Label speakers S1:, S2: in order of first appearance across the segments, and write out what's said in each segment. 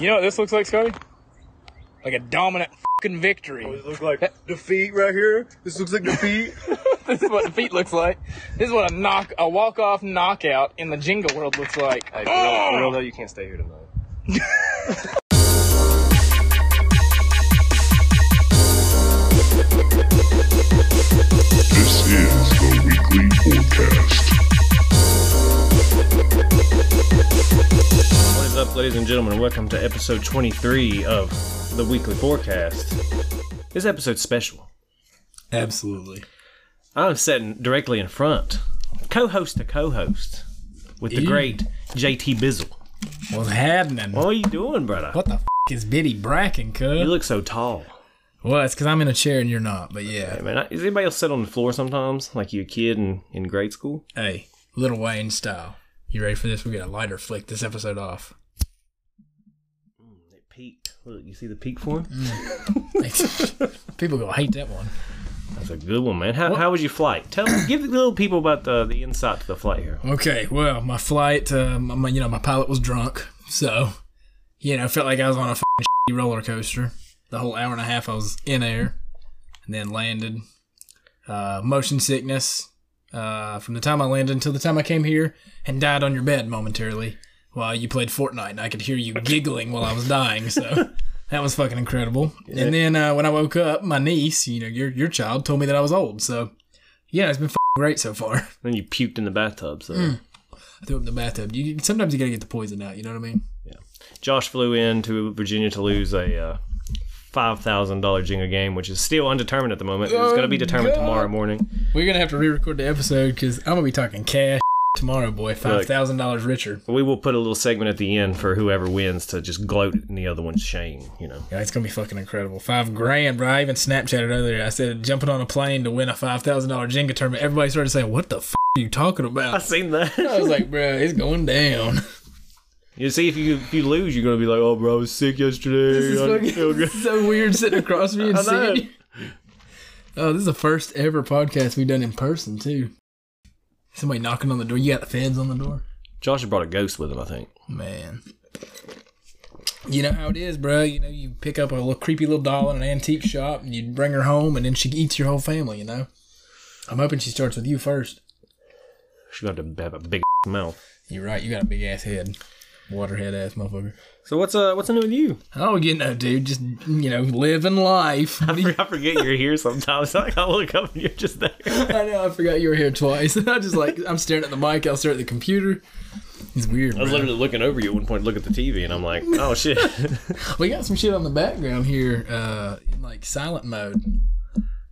S1: You know what this looks like, Scotty? Like a dominant fucking victory.
S2: It looks like defeat right here. This looks like defeat.
S1: this is what defeat looks like. This is what a knock, a walk-off knockout in the Jenga world looks like.
S3: Hey, for real, for real though, you can't stay here tonight.
S4: This is the weekly podcast.
S3: What is up, ladies and gentlemen? Welcome to episode 23 of the Weekly Forecast. This episode's special.
S5: Absolutely.
S3: I'm sitting directly in front, co-host to co-host, with the
S5: Ew.
S3: great JT Bizzle.
S5: What's happening?
S3: What are you doing, brother?
S5: What the f- is Biddy Bracken,
S3: You
S5: cuz?
S3: look so tall.
S5: Well, it's because I'm in a chair and you're not, but yeah.
S3: Hey, man, I- does anybody else sit on the floor sometimes, like you a kid in, in grade school?
S5: Hey, Little Wayne style. You ready for this? We got a lighter flick this episode off.
S3: It peaked. Look, you see the peak form?
S5: People gonna hate that one.
S3: That's a good one, man. How, how was your flight? Tell give the little people about the, the insight to the flight here.
S5: Okay, well, my flight, uh, my, my- you know, my pilot was drunk, so you know, felt like I was on a f***ing shitty roller coaster. The whole hour and a half I was in air, and then landed. Uh, motion sickness uh, from the time I landed until the time I came here, and died on your bed momentarily while you played Fortnite, and I could hear you giggling while I was dying. So. That was fucking incredible. And then uh, when I woke up, my niece, you know, your your child, told me that I was old. So, yeah, it's been f- great so far.
S3: Then you puked in the bathtub, so...
S5: Hmm. threw up in the bathtub. You sometimes you gotta get the poison out. You know what I mean?
S3: Josh flew in to Virginia to lose a uh, five thousand dollar Jenga game, which is still undetermined at the moment. It's going to
S5: Oh,
S3: be determined tomorrow morning.
S5: We're gonna have to re-record the episode because I'm gonna be talking cash tomorrow, boy. Five thousand dollars richer.
S3: We will put a little segment at the end for whoever wins to just gloat in the other one's shame. You know,
S5: Yeah, it's gonna be fucking incredible. Five grand, bro. I even Snapchatted earlier. I said jumping on a plane to win a five thousand dollar Jenga tournament. Everybody started saying, "What the f- are you talking
S3: I
S5: about?"
S3: seen
S5: I
S3: that.
S5: was like, bro, it's going down.
S3: you see, if you if you lose, you're going to be like, "Oh, bro, I was sick yesterday.
S5: This
S3: I didn't
S5: is
S3: feel
S5: fucking
S3: good."
S5: so weird sitting across from you and
S3: I know.
S5: seeing you. Oh, this is the first ever podcast we've done in person too. Somebody knocking on the door. You got the feds on the door.
S3: Josh had brought a ghost with him, I think.
S5: Man. You know how it is, bro. You know, you pick up a little creepy little doll in an antique shop and you bring her home and then she eats your whole family, you know? I'm hoping she starts with you first.
S3: She's going to have a big mouth.
S5: You're right, you got a big ass head. Waterhead ass motherfucker.
S3: So what's uh what's new with you?
S5: Oh, you know, dude, just, you know, living life.
S3: I forget you're here sometimes. Like I look up and you're just there.
S5: I know, I forgot you were here twice. I just like, I'm staring at the mic, I'll stare at the computer. It's weird,
S3: I was
S5: bro.
S3: literally looking over you at one point, look at the TV, and I'm like, "Oh shit."
S5: We got some shit on the background here, uh, in like silent mode.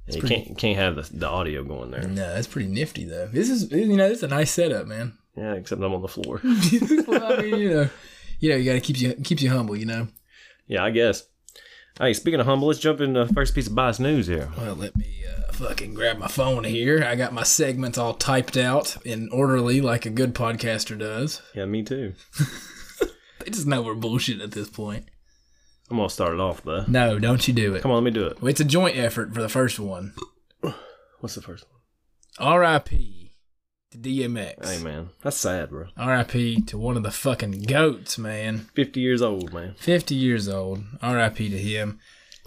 S3: you can't you can't have the, the audio going there.
S5: No, that's pretty nifty though. This is, you know, this is a nice setup, man.
S3: Yeah, except I'm on the floor.
S5: well, I mean, you know, you know, you gotta keep you keeps you humble, you know.
S3: yeah, I guess. Hey, speaking of humble, let's jump into the first piece of bias news here.
S5: Well, let me uh, fucking grab my phone here. I got my segments all typed out and orderly, like a good podcaster does.
S3: Yeah, me too.
S5: They just know we're bullshit at this point.
S3: I'm gonna start it off though.
S5: No, don't you do it.
S3: Come on, let me do it.
S5: It's a joint effort for the first one.
S3: What's the first one?
S5: R.I.P. to DMX.
S3: Hey, man, that's sad, bro.
S5: R.I.P. to one of the fucking goats, man.
S3: Fifty years old, man.
S5: 50 years old. RIP to him.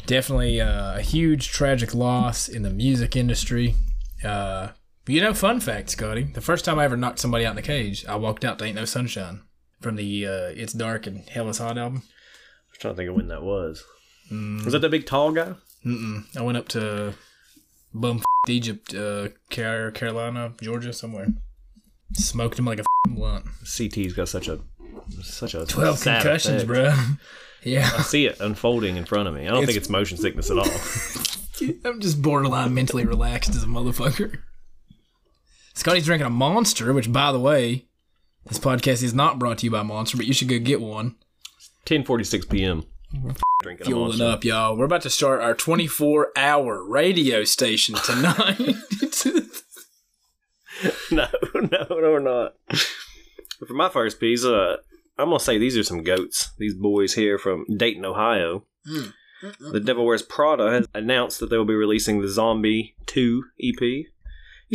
S5: Definitely uh, a huge tragic loss in the music industry. Uh, but you know, fun fact, Scotty. The first time I ever knocked somebody out in the cage, I walked out to Ain't No Sunshine from the uh, It's Dark and Hell Is Hot album.
S3: I was trying to think of when that was.
S5: Mm.
S3: Was that the big tall guy?
S5: I went up to bum Egypt, uh, Car- Carolina, Georgia, somewhere. Smoked him like a f***ing blunt.
S3: CT's got such a such a
S5: 12
S3: sad
S5: concussions,
S3: effect.
S5: bro. yeah.
S3: I see it unfolding in front of me. I don't think it's motion sickness at all.
S5: I'm just borderline mentally relaxed as a motherfucker. Scotty's drinking a monster, which, by the way, this podcast is not brought to you by Monster, but you should go get one.
S3: 10:46 p.m. Drinking a
S5: Fueling
S3: monster.
S5: up, y'all. We're about to start our 24 hour radio station tonight.
S3: no, no, no, we're not. For my first piece, uh, I'm gonna say these are some goats. These boys here from Dayton, Ohio. The Devil Wears Prada has announced that they will be releasing the Zombie Two EP. You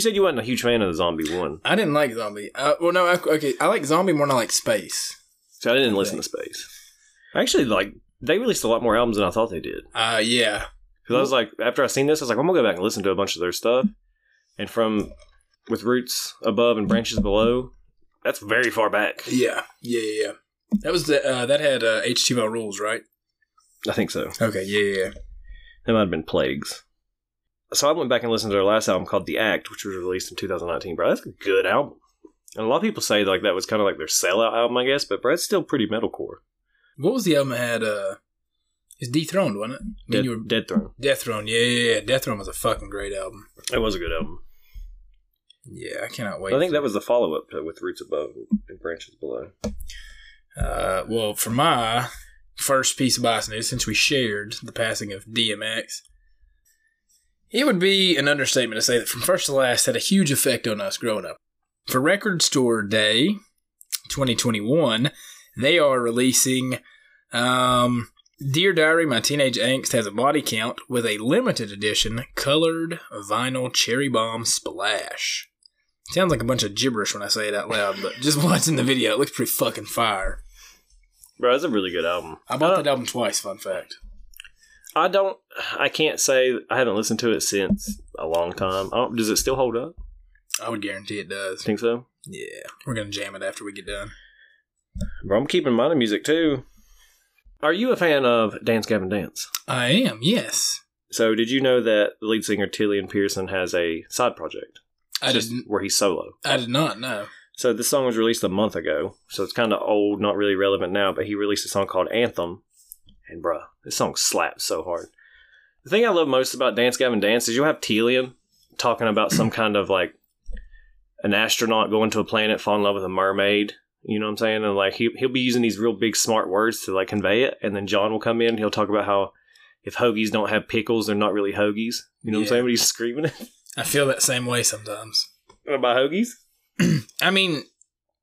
S3: said you wasn't a huge fan of the Zombie One,
S5: I didn't like Zombie. Uh, well, no, I, okay. I like Zombie more than I like Space.
S3: so I didn't listen to Space. Actually, like they released a lot more albums than I thought they did.
S5: Uh, yeah.
S3: Because I was like, after I seen this, I was like, I'm gonna go back and listen to a bunch of their stuff. And from with roots above and branches below, that's very far back.
S5: Yeah. Yeah. Yeah. yeah. That was the, uh, that had uh, H2O rules, right?
S3: I think so.
S5: Okay. Yeah. Yeah. yeah.
S3: That might have been Plagues. So I went back and listened to their last album called The Act, which was released in 2019. Bro, that's a good album. And a lot of people say like that was kind of like their sellout album, I guess. But bro, it's still pretty metalcore.
S5: What was the album that had? Uh, it's dethroned, wasn't it? Then
S3: Dead,
S5: you were
S3: Dead Throne.
S5: Death Throne. Yeah, yeah, yeah. Death Throne was a fucking great album.
S3: It was a good album.
S5: Yeah, I cannot wait.
S3: I think that was the follow up to with Roots Above and Branches Below.
S5: Uh, well, for my first piece of bias news, since we shared the passing of DMX, it would be an understatement to say that From First to Last had a huge effect on us growing up. For Record Store Day 2021, they are releasing um, Dear Diary, My Teenage Angst Has a Body Count with a limited edition colored vinyl cherry bomb splash. Sounds like a bunch of gibberish when I say it out loud, but just watching the video, it looks pretty fucking fire.
S3: Bro, that's a really good album. Uh,
S5: I bought that album twice, fun fact.
S3: I don't. I can't say I haven't listened to it since a long time. I don't, does it still hold up?
S5: I would guarantee it does.
S3: Think so?
S5: Yeah. We're going to jam it after we get done.
S3: Bro, I'm keeping mine in music too. Are you a fan of Dance Gavin Dance?
S5: I am, yes.
S3: So, did you know that the lead singer Tillian Pearson has a side project
S5: I
S3: just
S5: didn't.
S3: where he's solo?
S5: I did not know.
S3: So, this song was released a month ago, so it's kind of old, not really relevant now. But he released a song called Anthem, and bruh, this song slaps so hard. The thing I love most about Dance Gavin Dance is you'll have Tillian talking about some kind of like an astronaut going to a planet, fall in love with a mermaid. You know what I'm saying? And like he he'll be using these real big smart words to like convey it. And then John will come in. He'll talk about how if hoagies don't have pickles, they're not really hoagies. You know what I'm
S5: Yeah.
S3: saying? But he's screaming it
S5: I feel that same way sometimes.
S3: about hoagies.
S5: I mean,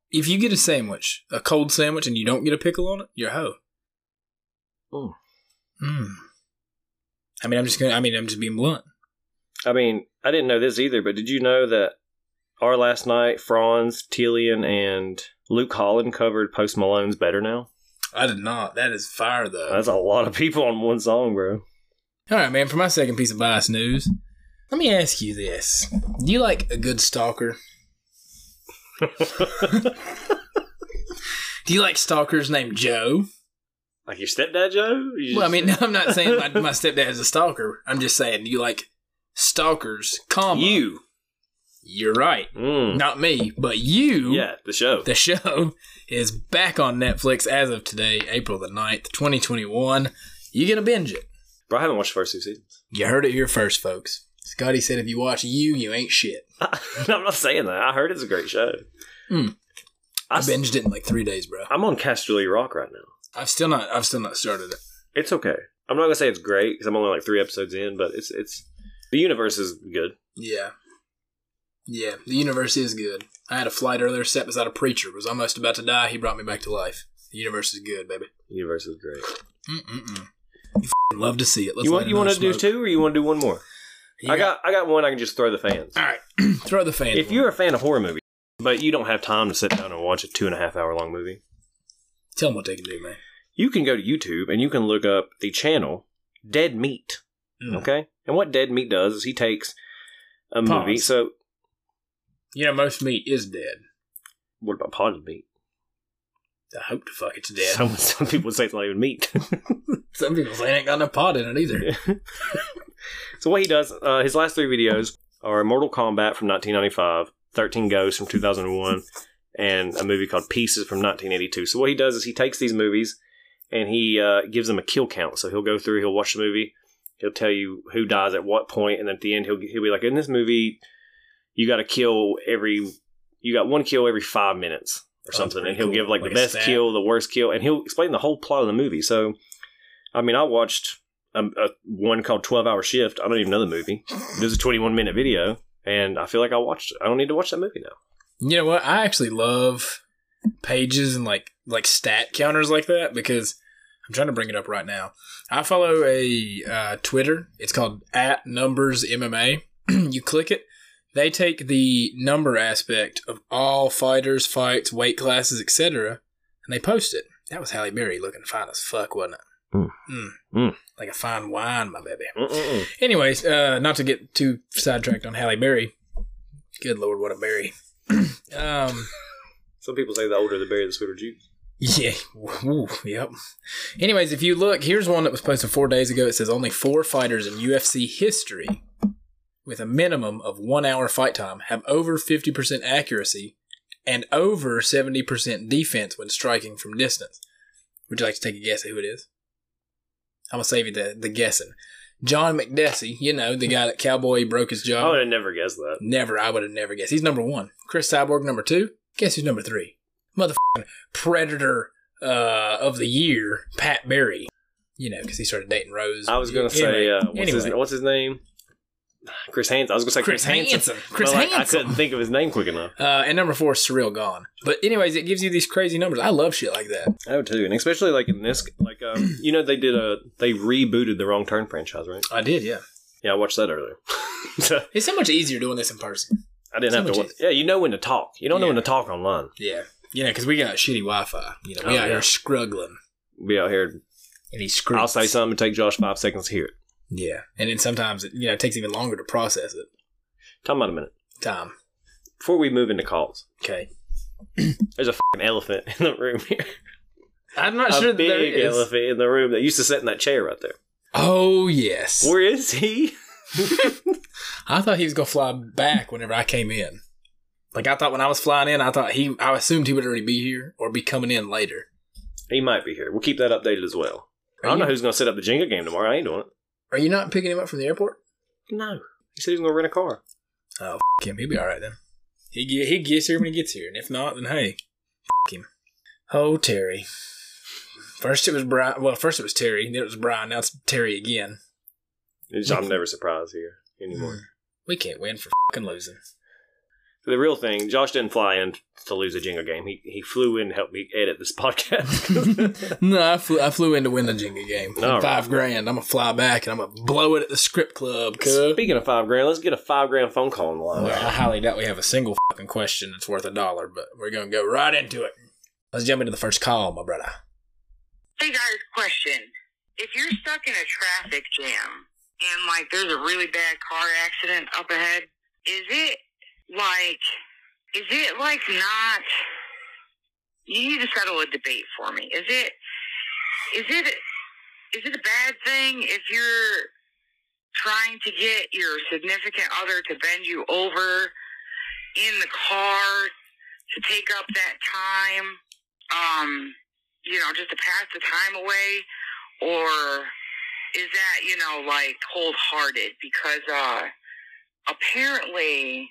S5: if you get a sandwich, a cold sandwich, and you don't get a pickle on it, you're a hoe.
S3: Ooh.
S5: Hmm. I mean, I'm just gonna. I mean, I'm just being blunt.
S3: I mean, I didn't know this either, but did you know that our last night, Franz, Tillian, and Luke Holland covered Post Malone's "Better Now"?
S5: I did not. That is fire, though.
S3: That's a lot of people on one song, bro.
S5: All right, man. For my second piece of bias news, let me ask you this: Do you like a good stalker? Do you like stalkers named Joe?
S3: Like your stepdad, Joe? You
S5: Well, I
S3: just-
S5: mean, I'm not saying my, my stepdad is a stalker. I'm just saying, do you like stalkers? Comma
S3: you.
S5: You're right.
S3: Mm.
S5: Not me, but you.
S3: Yeah, the show.
S5: The show is back on Netflix as of today, April the 9th, 2021. You're going to binge it.
S3: Bro, I haven't watched the first two seasons.
S5: You heard it here first, folks. Scotty said if you watch you, you ain't shit.
S3: I'm not saying that. I heard it's a great show.
S5: Hmm.
S3: I
S5: I binged it in like three days, bro.
S3: am on Casterly Rock right now.
S5: I've still not, I've still not started it.
S3: It's okay. I'm not gonna say it's great because I'm only like three episodes in, but it's it's the universe is good.
S5: Yeah, yeah. The universe is good. I had a flight earlier, sat beside a preacher, was almost about to die. He brought me back to life. The universe is good, baby.
S3: The universe is great.
S5: Mm-mm-mm. You f- love to see it. Let's
S3: you want
S5: light
S3: you want to
S5: another
S3: do
S5: smoke.
S3: two or you want to do one more?
S5: You
S3: I got I got one I can just throw the fans.
S5: All right, throw the fan.
S3: If you're a fan of horror movies, but you don't have time to sit down and watch a two and a half hour long movie,
S5: tell them what they can do, man.
S3: you can go to YouTube and you can look up the channel Dead Meat.
S5: Mm.
S3: Okay, and what Dead Meat does is he takes a
S5: Pause.
S3: movie. So
S5: You know, most meat is dead.
S3: what about potted meat?
S5: I hope to fuck it's dead.
S3: Some some people say it's not even meat.
S5: Some people say it ain't got no pot in it either.
S3: so what he does, uh, his last three videos are Mortal Kombat from 1995, 13 Ghosts from 2001, and a movie called Pieces from 1982. So what he does is he takes these movies and he uh, gives them a kill count. So he'll go through, he'll watch the movie, he'll tell you who dies at what point, and at the end he'll he'll be like, in this movie, you got to kill every, you got one kill every five minutes. Or
S5: Oh, that's
S3: something, and
S5: pretty
S3: he'll
S5: cool.
S3: give like,
S5: Like a
S3: the best
S5: stat.
S3: kill, the worst kill, and he'll explain the whole plot of the movie. So, I mean, I watched um, a, one called 12 Hour Shift. I don't even know the movie. It was a 21 minute video, and I feel like I watched it. I don't need to watch that movie now.
S5: You know what? I actually love pages and like like stat counters like that because I'm trying to bring it up right now. I follow a uh, Twitter. It's called at numbers MMA. you click it. They take the number aspect of all fighters, fights, weight classes, etc., and they post it. That was Halle Berry looking fine as fuck, wasn't it? Hmm.
S3: Mm. Mm.
S5: Like a fine wine, my baby.
S3: Mm-mm-mm.
S5: Anyways, uh, not to get too sidetracked on Halle Berry. Good lord, what a berry. um,
S3: Some people say the older the berry, the sweeter juice.
S5: yeah. Ooh, yep. Anyways, if you look, here's one that was posted four days ago. It says only four fighters in UFC history with a minimum of one hour fight time have over 50% accuracy and over 70% defense when striking from distance. Would you like to take a guess at who it is? I'm going to save you the, the guessing. John McDessie, you know, the guy that Cowboy broke his jaw.
S3: I would have never guessed that.
S5: Never, I would have never guessed. He's number one. Chris Cyborg, number two. Guess who's number three? Motherfucking Predator uh, of the Year, Pat Barry. You know, because he started dating Rose.
S3: I was gonna say,
S5: Anyway,
S3: uh, what's, his,
S5: anyway.
S3: what's his name? Chris Hansen. I was gonna say
S5: Chris
S3: Chris, Hansen.
S5: Hansen. Chris
S3: but, like, I
S5: Hansen.
S3: couldn't think of his name quick enough.
S5: Uh, and number four, Surreal Gone. But anyways, it gives you these crazy numbers. I love shit like that.
S3: Oh, too, and especially like in this, like um, you know, they did a they rebooted the Wrong Turn franchise, right?
S5: I did, yeah.
S3: Yeah, I watched that earlier. so
S5: It's so much easier doing this in person.
S3: I didn't
S5: So
S3: have to.
S5: much
S3: Watch. Yeah, you know when to talk. You don't know
S5: Yeah.
S3: when to talk online.
S5: Yeah, you know, because we got shitty Wi-Fi. You know, we
S3: Oh,
S5: out
S3: yeah.
S5: here struggling.
S3: Be out here.
S5: And he screws.
S3: I'll say something and take Josh five seconds to hear it.
S5: Yeah, and then sometimes it, you know it takes even longer to process it.
S3: Talk about a minute
S5: Time.
S3: before we move into calls.
S5: Okay.
S3: There's a fucking elephant in the room here.
S5: I'm not
S3: a
S5: sure that
S3: big
S5: there is.
S3: elephant in the room that used to sit in that chair right there.
S5: Oh yes.
S3: Where is he?
S5: I thought he was gonna fly back whenever I came in. Like I thought when I was flying in, I thought he I assumed he would already be here or be coming in later.
S3: He might be here. We'll keep that updated as well. I
S5: Are
S3: don't
S5: you,
S3: know who's going to set up the Jenga game tomorrow. I ain't doing it.
S5: Are you not picking him up from the airport?
S3: No. He said he was going to rent a car.
S5: Oh f- him, he'll be all right then. He ge- he gets here when he gets here, and if not, then hey, f- him. Oh Terry. First it was Brian. Well, first it was Terry, then it was Brian. Now it's Terry again.
S3: It's- I'm never surprised here anymore.
S5: We can't win for fucking losing.
S3: So the real thing, Josh didn't fly in to lose a Jenga game. He he flew in to help me edit this podcast.
S5: No, I flew, I flew in to win the Jenga game.
S3: All right.
S5: Five grand. I'm gonna fly back and I'm gonna blow it at the script club. Cuz.
S3: Speaking of five grand, let's get a five grand phone call in line.
S5: Well, I highly doubt we have a single fucking question that's worth a dollar, but we're gonna go right into it. Let's jump into the first call, my brother.
S6: Hey guys, question. If you're stuck in a traffic jam and like there's a really bad car accident up ahead, is it like is it like not you need to settle a debate for me. Is it is it is it a bad thing if you're trying to get your significant other to bend you over in the car to take up that time? Um you know, just to pass the time away, or is that you know like cold hearted? Because uh, apparently,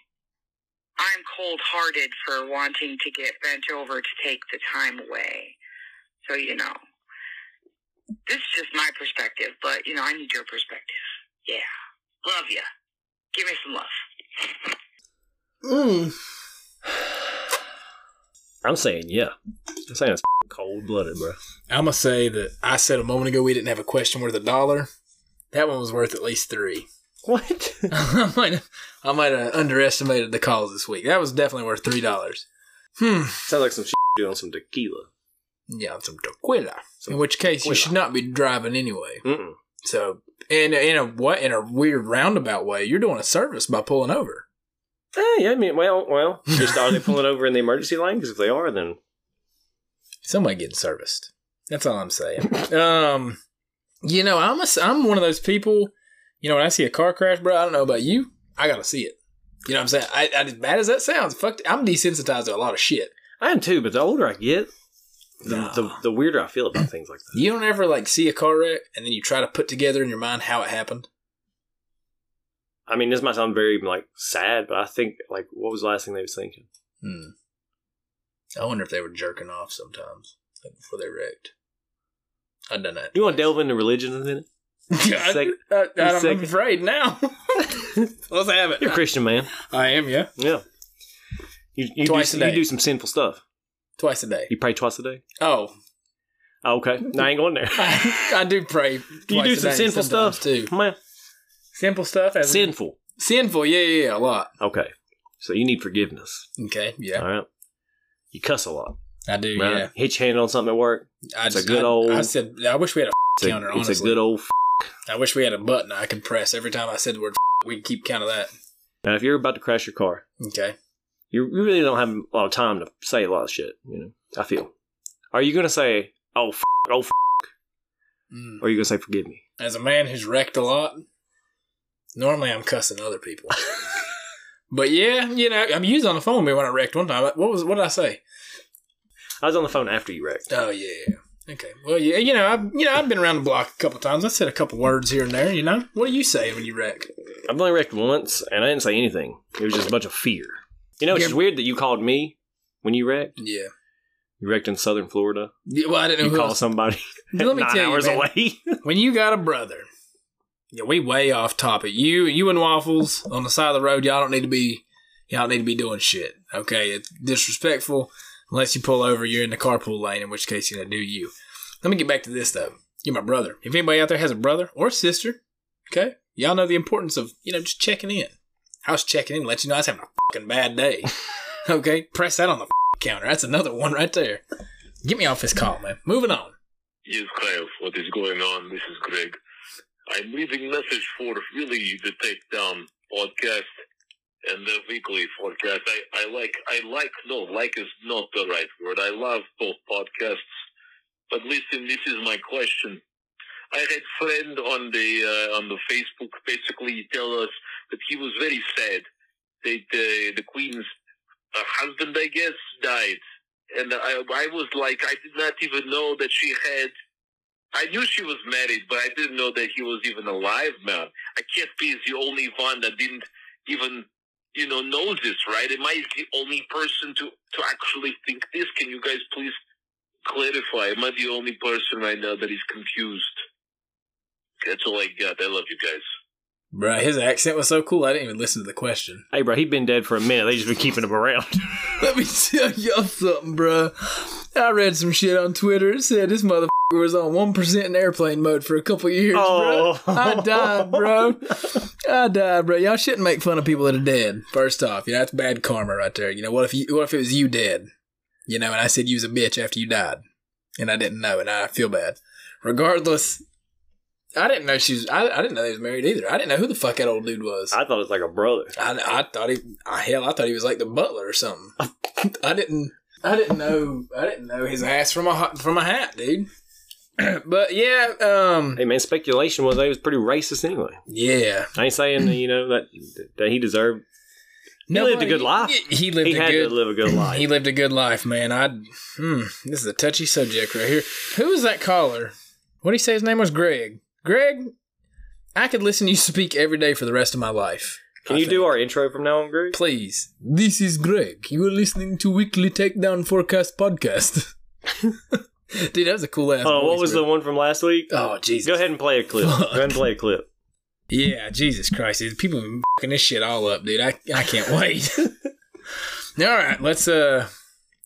S6: I'm cold hearted for wanting to get bent over to take the time away. So you know, this is just my perspective, but you know, I need your perspective. Yeah, love you. Give me some love.
S3: I'm saying yeah. I'm saying it's cold blooded, bro.
S5: I'm gonna say that I said a moment ago we didn't have a question worth a dollar. That one was worth at least three.
S3: What?
S5: I might, I might have underestimated the calls this week. That was definitely worth three dollars. Hmm.
S3: Sounds like some shit doing some tequila.
S5: Yeah, and some tequila. In which case, you should not be driving anyway.
S3: Mm-mm.
S5: So, in in a what in a weird roundabout way, you're doing a service by pulling over.
S3: Eh, yeah, I mean, well, well. Just are they pulling over in the emergency lane? Because if they are, then
S5: Somebody getting serviced. That's all I'm saying. um, you know, I'm a, s- I'm one of those people. You know, when I see a car crash, bro, I don't know about you. I gotta see it. You know what I'm saying? I, I, as bad as that sounds, fuck, I'm desensitized to a lot of shit.
S3: I am too. But the older I get, the,
S5: Nah.
S3: the, the weirder I feel about things like that.
S5: You don't ever like see a car wreck and then you try to put together in your mind how it happened.
S3: I mean, this might sound very like sad, but I think like what was the last thing they was thinking?
S5: Hmm. I wonder if they were jerking off sometimes like before they wrecked. I've done that.
S3: You want to delve into religion a minute?
S5: I,
S3: Sec-
S5: I, I, I'm
S3: second.
S5: afraid now. Let's have it.
S3: You're a Christian man.
S5: I am, yeah.
S3: Yeah. You you,
S5: Twice
S3: do,
S5: a day.
S3: you do some sinful stuff.
S5: Twice a day.
S3: You pray twice a day.
S5: Oh,
S3: Oh, okay, no, I ain't going there.
S5: I, I do pray.
S3: you
S5: twice
S3: do
S5: a
S3: some
S5: day
S3: sinful
S5: sometimes,
S3: stuff
S5: too.
S3: Man,
S5: Simple stuff. As in-
S3: sinful.
S5: sinful. Yeah, yeah, yeah, a lot.
S3: Okay, so you need forgiveness.
S5: Okay, yeah.
S3: All right. You cuss a lot.
S5: I do,
S3: Right?
S5: yeah.
S3: Hit your hand on something at work.
S5: I
S3: It's a
S5: just,
S3: good
S5: I,
S3: old-
S5: I said, I wish we had a
S3: It's a,
S5: Counter,
S3: it's a
S5: honestly.
S3: good old. F-
S5: I wish we had a button I could press every time I said the word. F- we could keep count of that.
S3: now, if you're about to crash your car,
S5: Okay.
S3: you you really don't have a lot of time to say a lot of shit. You know, I feel. Are you gonna say oh f- oh f-,
S5: Mm.
S3: or are you gonna say forgive me?
S5: As a man who's wrecked a lot, normally I'm cussing other people. but yeah, you know, I'm used on the phone with me when I wrecked one time. What was what did I say?
S3: I was on the phone after you wrecked.
S5: Oh yeah. Okay. Well, yeah, you know, I've you know, I've been around the block a couple times. I said a couple words here and there. You know, what do you say when you wreck?
S3: I've only wrecked once, and I didn't say anything. It was just a bunch of fear. You know, it's
S5: Yeah.
S3: just weird that you called me when you wrecked.
S5: Yeah.
S3: You wrecked in Southern Florida.
S5: Yeah, Well, I didn't know
S3: You
S5: who
S3: call
S5: else.
S3: somebody
S5: Uh-huh. Let me
S3: nine
S5: tell you,
S3: hours
S5: man,
S3: away.
S5: when you got a brother, yeah, we way off topic. You you and waffles on the side of the road, y'all don't need to be y'all don't need to be doing shit. Okay, it's disrespectful unless you pull over. You're in the carpool lane, in which case you know do you. Let me get back to this though. You're my brother. If anybody out there has a brother or sister, okay, y'all know the importance of you know just checking in. I was checking in, let you know I was having a fucking bad day. okay, press that on the fucking counter. That's another one right there. Get me off this call, man. Moving on.
S7: Yes, Kyle, what is going on? This is Greg. I'm leaving message for really the takedown podcast and the weekly podcast. I, I like I like no like is not the right word. I love both podcasts. But listen, this is my question. I had friend on the uh, on the Facebook basically tell us that he was very sad that uh, the Queen's uh, husband, I guess, died and I, I was like, I did not even know that she had. I knew she was married, but I didn't know that he was even alive, man. I can't be the only one that didn't even, you know, know this, right? Am I the only person to to actually think this? Can you guys please clarify? Am I the only person right now that is confused? That's all I got. I love you guys.
S5: Bruh, his accent was so cool, I didn't even listen to the question.
S3: hey, bro, he'd been dead for a minute. They just been keeping him around.
S5: Let me tell y'all something, bruh. I read some shit on Twitter. It said this motherfucker was on 1% in airplane mode for a couple years,
S3: Oh.
S5: bruh. I died, bro. I died, bro. Y'all shouldn't make fun of people that are dead. First off, you know, that's bad karma right there. You know, what if you, what if it was you dead? You know, and I said you was a bitch after you died. And I didn't know, and I feel bad. Regardless, I didn't know she was, I, I didn't know they was married either. I didn't know who the fuck that old dude was.
S3: I thought it was like a brother.
S5: I, I thought he I, hell I thought he was like the butler or something. I didn't I didn't know I didn't know his ass from a hot- from a hat, dude. but yeah, um
S3: Hey, man, speculation was they was pretty racist anyway.
S5: yeah.
S3: I ain't saying that, you know that that he deserved. He lived a good life.
S5: He, he lived
S3: He
S5: a
S3: had
S5: good
S3: to live a good life.
S5: He lived a good life, man. I hmm, this is a touchy subject right here. Who was that caller? What did he say his name was Greg? Greg, I could listen to you speak every day for the rest of my life.
S3: Can
S5: I
S3: you
S5: think.
S3: do our intro from now on, Greg?
S5: Please. This is Greg. You are listening to Weekly Takedown Forecast Podcast. Dude, that was a cool ass.
S3: Oh, what
S5: voice,
S3: was
S5: bro.
S3: the one from last week?
S5: Oh, Jesus.
S3: Go ahead and play a clip. Go ahead and play a clip.
S5: Yeah, Jesus Christ. dude. People have been fucking this shit all up, dude. I, I can't wait. all right, let's, uh,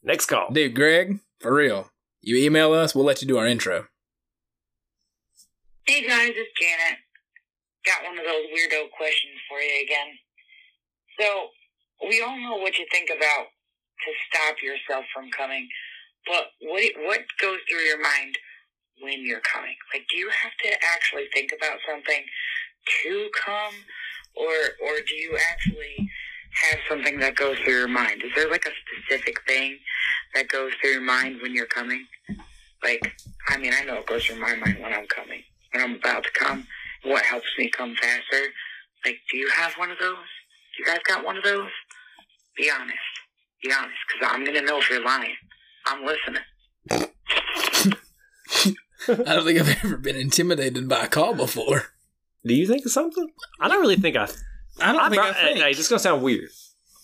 S3: Next call.
S5: dude, Greg, for real. You email us, we'll let you do our intro.
S6: Hey guys, it's Janet. Got one of those weirdo questions for you again. So, we all know what you think about to stop yourself from coming, but what what goes through your mind when you're coming? Like, do you have to actually think about something to come, or or do you actually have something that goes through your mind? Is there like a specific thing that goes through your mind when you're coming? Like, I mean, I know it goes through my mind when I'm coming when I'm about to come, what helps me come faster. Like, do you have one of those? You guys got one of those? Be honest. Be honest, because I'm going to know if you're lying. I'm listening.
S5: I don't think I've ever been intimidated by a call before.
S3: Do you think of something? I don't really think I.
S5: I don't
S3: I,
S5: think
S3: brought,
S5: I think.
S3: Hey, this is gonna sound weird,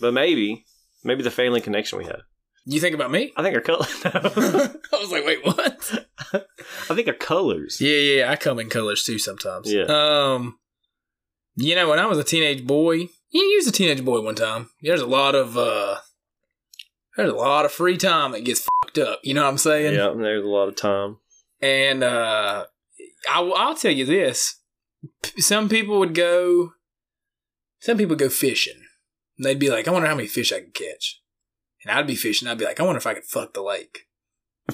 S3: but maybe, maybe the family connection we have.
S5: you think about me?
S3: I think our color.
S5: I was like, wait, what?
S3: I think our colors.
S5: Yeah, yeah, yeah, I come in colors too sometimes.
S3: Yeah.
S5: Um, you know, when I was a teenage boy, you was a teenage boy one time. There's a lot of uh, there's a lot of free time that gets fucked up. You know what I'm saying?
S3: Yeah, and there's a lot of time.
S5: And uh, I, will tell you this: P- some people would go, some people go fishing. And they'd be like, "I wonder how many fish I could catch," and I'd be fishing. I'd be like, "I wonder if I could fuck the lake."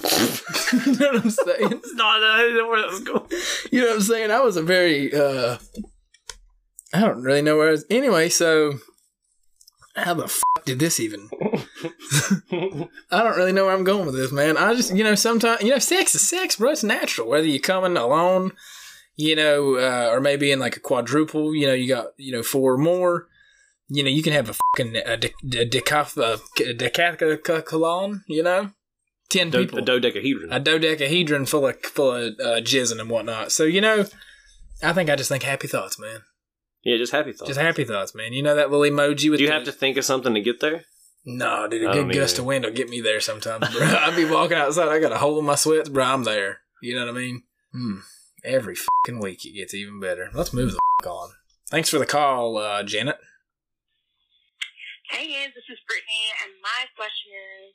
S5: you know what I'm saying?
S3: It's not, I didn't know where that was going.
S5: You know what I'm saying? I was a very uh I don't really know where I was anyway, so how the fuck did this even I don't really know where I'm going with this, man. I just you know, sometimes you know, sex is sex, bro, it's natural. Whether you're coming alone, you know, uh, or maybe in like a quadruple, you know, you got, you know, four or more. You know, you can have a fucking a de- de- decaf a decathlon, you know? Ten
S3: Do-
S5: people
S3: a dodecahedron.
S5: a dodecahedron full of full of uh, jizzing and whatnot. So you know, I think I just think happy thoughts, man.
S3: yeah, just happy thoughts.
S5: Just happy thoughts, man. You know that little emoji with
S3: Do you
S5: the,
S3: have to think of something to get there?
S5: No, dude, a
S3: I
S5: good
S3: don't
S5: gust
S3: either.
S5: of wind will get me there sometimes, bro. I'd be walking outside, I got a hole in my sweats, bro. I'm there. You know what I mean? Hmm. Every fucking week it gets even better. Let's move the fuck on. Thanks for the call, uh, Janet.
S6: Hey guys, this is Brittany, and my question is,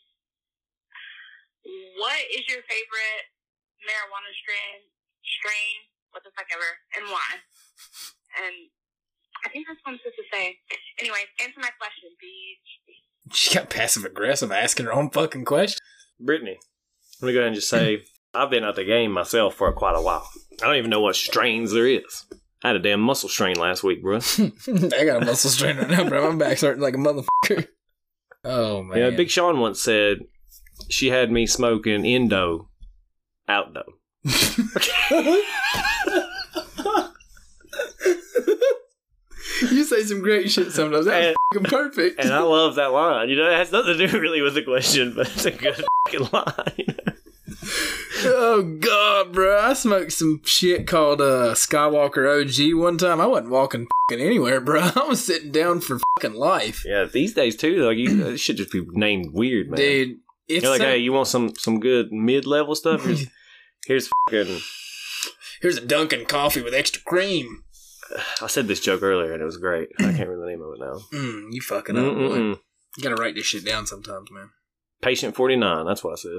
S6: what is your favorite marijuana strain? Strain, what the fuck ever, and why? And I think that's what I'm supposed to say. Anyway, answer my question, bitch.
S5: She got passive aggressive asking her own fucking question.
S3: Brittany, let me go ahead and just say I've been out the game myself for quite a while. I don't even know what strains there is. I had a damn muscle strain last week, bro.
S5: I got a muscle strain right now, bro. My back's hurting like a motherfucker. Oh man.
S3: Yeah, Big Sean once said she had me smoking indo, outdo.
S5: You say some great shit sometimes. That's
S3: And-
S5: fucking perfect.
S3: And I love that line. You know, it has nothing to do really with the question, but it's a good fucking line.
S5: oh god, bro! I smoked some shit called uh, Skywalker OG one time. I wasn't walking fucking anywhere, bro. I was sitting down for fucking life,
S3: yeah, these days too, like you, this should just be named weird, man.
S5: dude. It's
S3: You're like,
S5: so-
S3: hey, you want some some good mid level stuff? Here's, here's fucking.
S5: here's a Dunkin' coffee with extra cream.
S3: I said this joke earlier, and it was great. I can't remember the name of it now.
S5: Mm, you fucking up. boy.
S3: Mm-mm-mm.
S5: You gotta write this shit down sometimes, man.
S3: Patient forty nine. That's what I said.